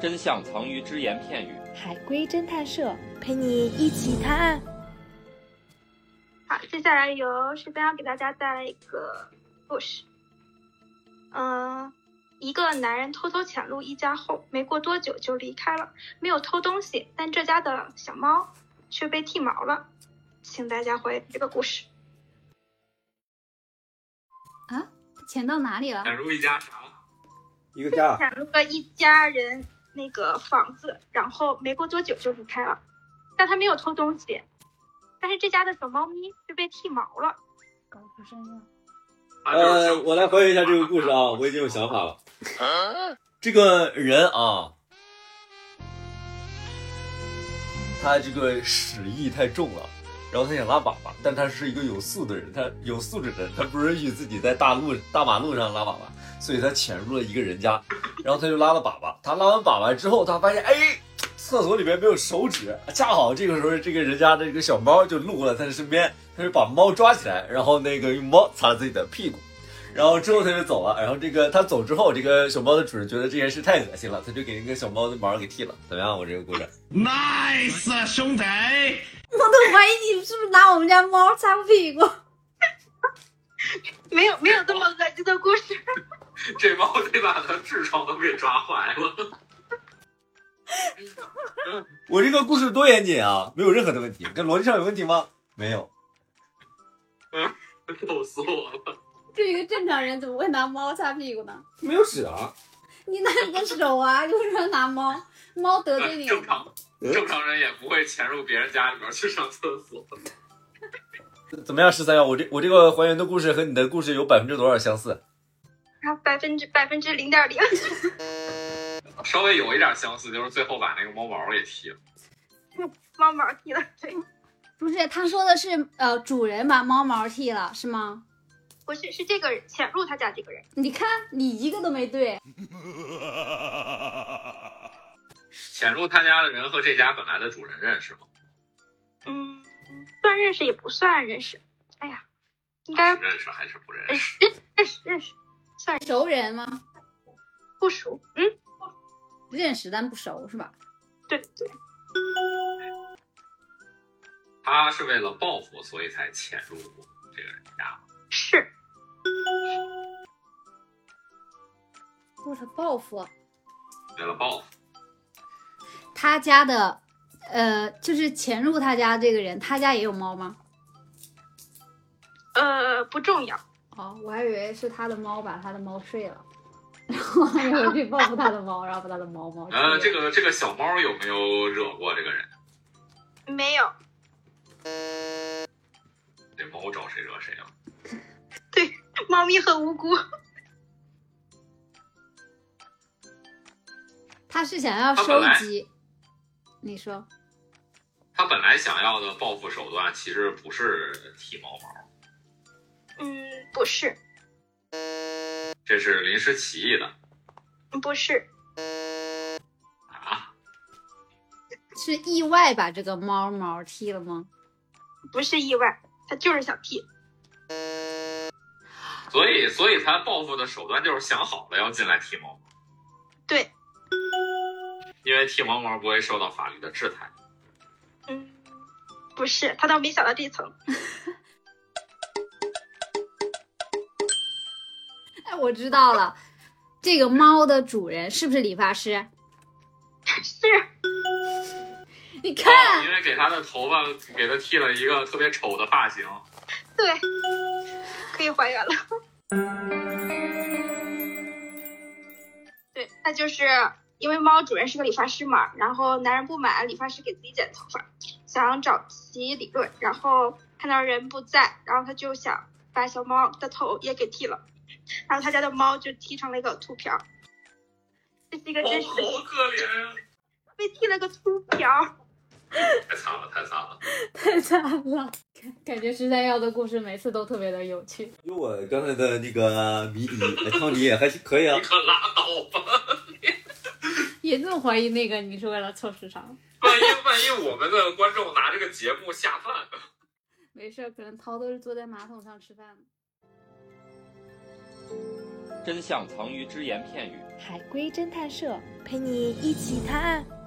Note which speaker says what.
Speaker 1: 真相藏于只言片语。
Speaker 2: 海龟侦探社陪你一起探案。
Speaker 3: 好，接下来由石边要给大家带来一个故事。嗯、一个男人偷偷潜入一家后，没过多久就离开了，没有偷东西，但这家的小猫却被剃毛了。请大家回这个故事。
Speaker 4: 啊，钱到哪里了？
Speaker 5: 潜入一家啥？
Speaker 6: 一个家，
Speaker 3: 潜入了一家人那个房子，然后没过多久就离开了。但他没有偷东西，但是这家的小猫咪却被剃毛了。
Speaker 4: 搞不上了。
Speaker 6: 呃，我来回忆一下这个故事啊，我已经有想法了。这个人啊，他这个屎意太重了，然后他想拉粑粑，但他是一个有素的人，他有素质的人，他不允许自己在大路大马路上拉粑粑，所以他潜入了一个人家，然后他就拉了粑粑。他拉完粑粑之后，他发现哎，厕所里面没有手指，恰好这个时候这个人家的这个小猫就路过了他的身边，他就把猫抓起来，然后那个用猫擦了自己的屁股。然后之后他就走了。然后这个他走之后，这个小猫的主人觉得这件事太恶心了，他就给那个小猫的毛给剃了。怎么样？我这个故事？
Speaker 7: Nice，兄弟！
Speaker 4: 我都怀疑你是不是拿我们家猫擦过屁股。
Speaker 3: 没有，没有这么恶心的故事。
Speaker 5: 这猫得把他痔疮都给抓坏了。
Speaker 6: 我这个故事多严谨啊，没有任何的问题。跟逻辑上有问题吗？没有。
Speaker 5: 逗死我了！
Speaker 4: 就一个正常人怎么会拿猫擦屁股呢？
Speaker 6: 没有纸啊？
Speaker 4: 你拿你的手啊， 又不是拿猫，猫得罪你了
Speaker 5: 正 常
Speaker 6: 嗯
Speaker 5: 正常人也不会潜入别人家里面去上厕所。
Speaker 6: 怎么样，十三幺？我这我这个还原的故事和你的故事有百分之多少相似？
Speaker 3: 然后百分之百分之零点零，
Speaker 5: 稍微有一点相似，就是最后把那个猫毛给剃了。
Speaker 3: 猫毛剃了。对，
Speaker 4: 不是，他说的是呃，主人把猫毛剃了是吗？
Speaker 3: 不是，是这个人潜入他家这个人。
Speaker 4: 你看你一个都没对，
Speaker 5: 潜入他家的人和这家本来的主人认识吗？
Speaker 3: 嗯，算认识也不算认识。哎呀，应该
Speaker 5: 认识呃还是不认
Speaker 3: 认
Speaker 5: 识？
Speaker 3: 识认识认识，
Speaker 4: 熟人吗？
Speaker 3: 不熟。嗯，
Speaker 4: 认识但不熟是吧？
Speaker 3: 对对。
Speaker 5: 他是为了报复，所以才潜入这个人家。
Speaker 3: 是
Speaker 4: 为了报复
Speaker 5: 为了报复，
Speaker 4: 他家的，呃，就是潜入他家这个人，他家也有猫吗？
Speaker 3: 呃不重要，
Speaker 4: 哦，我还以为是他的猫把他的猫睡了，然后他就回去报复他的猫，然后把他的猫猫吃了。
Speaker 5: 呃，这个这个小猫有没有惹过这个人？
Speaker 3: 没有。
Speaker 5: 这猫招谁惹谁了？
Speaker 3: 猫咪很无辜，
Speaker 4: 他是想要
Speaker 5: 他
Speaker 4: 收
Speaker 5: 本来
Speaker 4: 集，你说
Speaker 5: 他本来想要的报复手段其实不是剃猫毛，
Speaker 3: 嗯，不是，
Speaker 5: 这是临时起意的
Speaker 3: 不是，
Speaker 5: 啊！
Speaker 4: 是意外把这个猫毛剃了吗？
Speaker 3: 不是意外，他就是想剃。
Speaker 5: 所以所以他报复的手段就是想好了要进来剃猫毛，
Speaker 3: 对，
Speaker 5: 因为剃猫毛不会受到法律的制裁。
Speaker 3: 嗯，不是，他倒没想到这一层。
Speaker 4: 哎，我知道了，这个猫的主人是不是理发师？
Speaker 3: 是
Speaker 4: 你看，
Speaker 5: 因为给他的头发给他剃了一个特别丑的发型。
Speaker 3: 对，可以还原了。对，那就是因为猫主人是个理发师嘛，然后男人不满理发师给自己剪头发，想找其理论，然后看到人不在，然后他就想把小猫的头也给剃了，然后他家的猫就剃成了一个秃瓢。这是一个真实的，
Speaker 5: 可怜啊！
Speaker 3: 被剃了个秃瓢。
Speaker 5: 太惨了，太惨了。
Speaker 4: 太惨了，感觉十三幺的故事每次都特别的有趣。
Speaker 6: 有我刚才的那个谜底、哎汤底也还可以啊
Speaker 5: 你。可拉倒吧！
Speaker 4: 严重怀疑那个你是为了凑时长，
Speaker 5: 万一万一我们的观众拿这个节目下饭，
Speaker 4: 没事儿，可能涛都是坐在马桶上吃饭的。
Speaker 1: 真相藏于只言片语。
Speaker 2: 海龟侦探社陪你一起探案。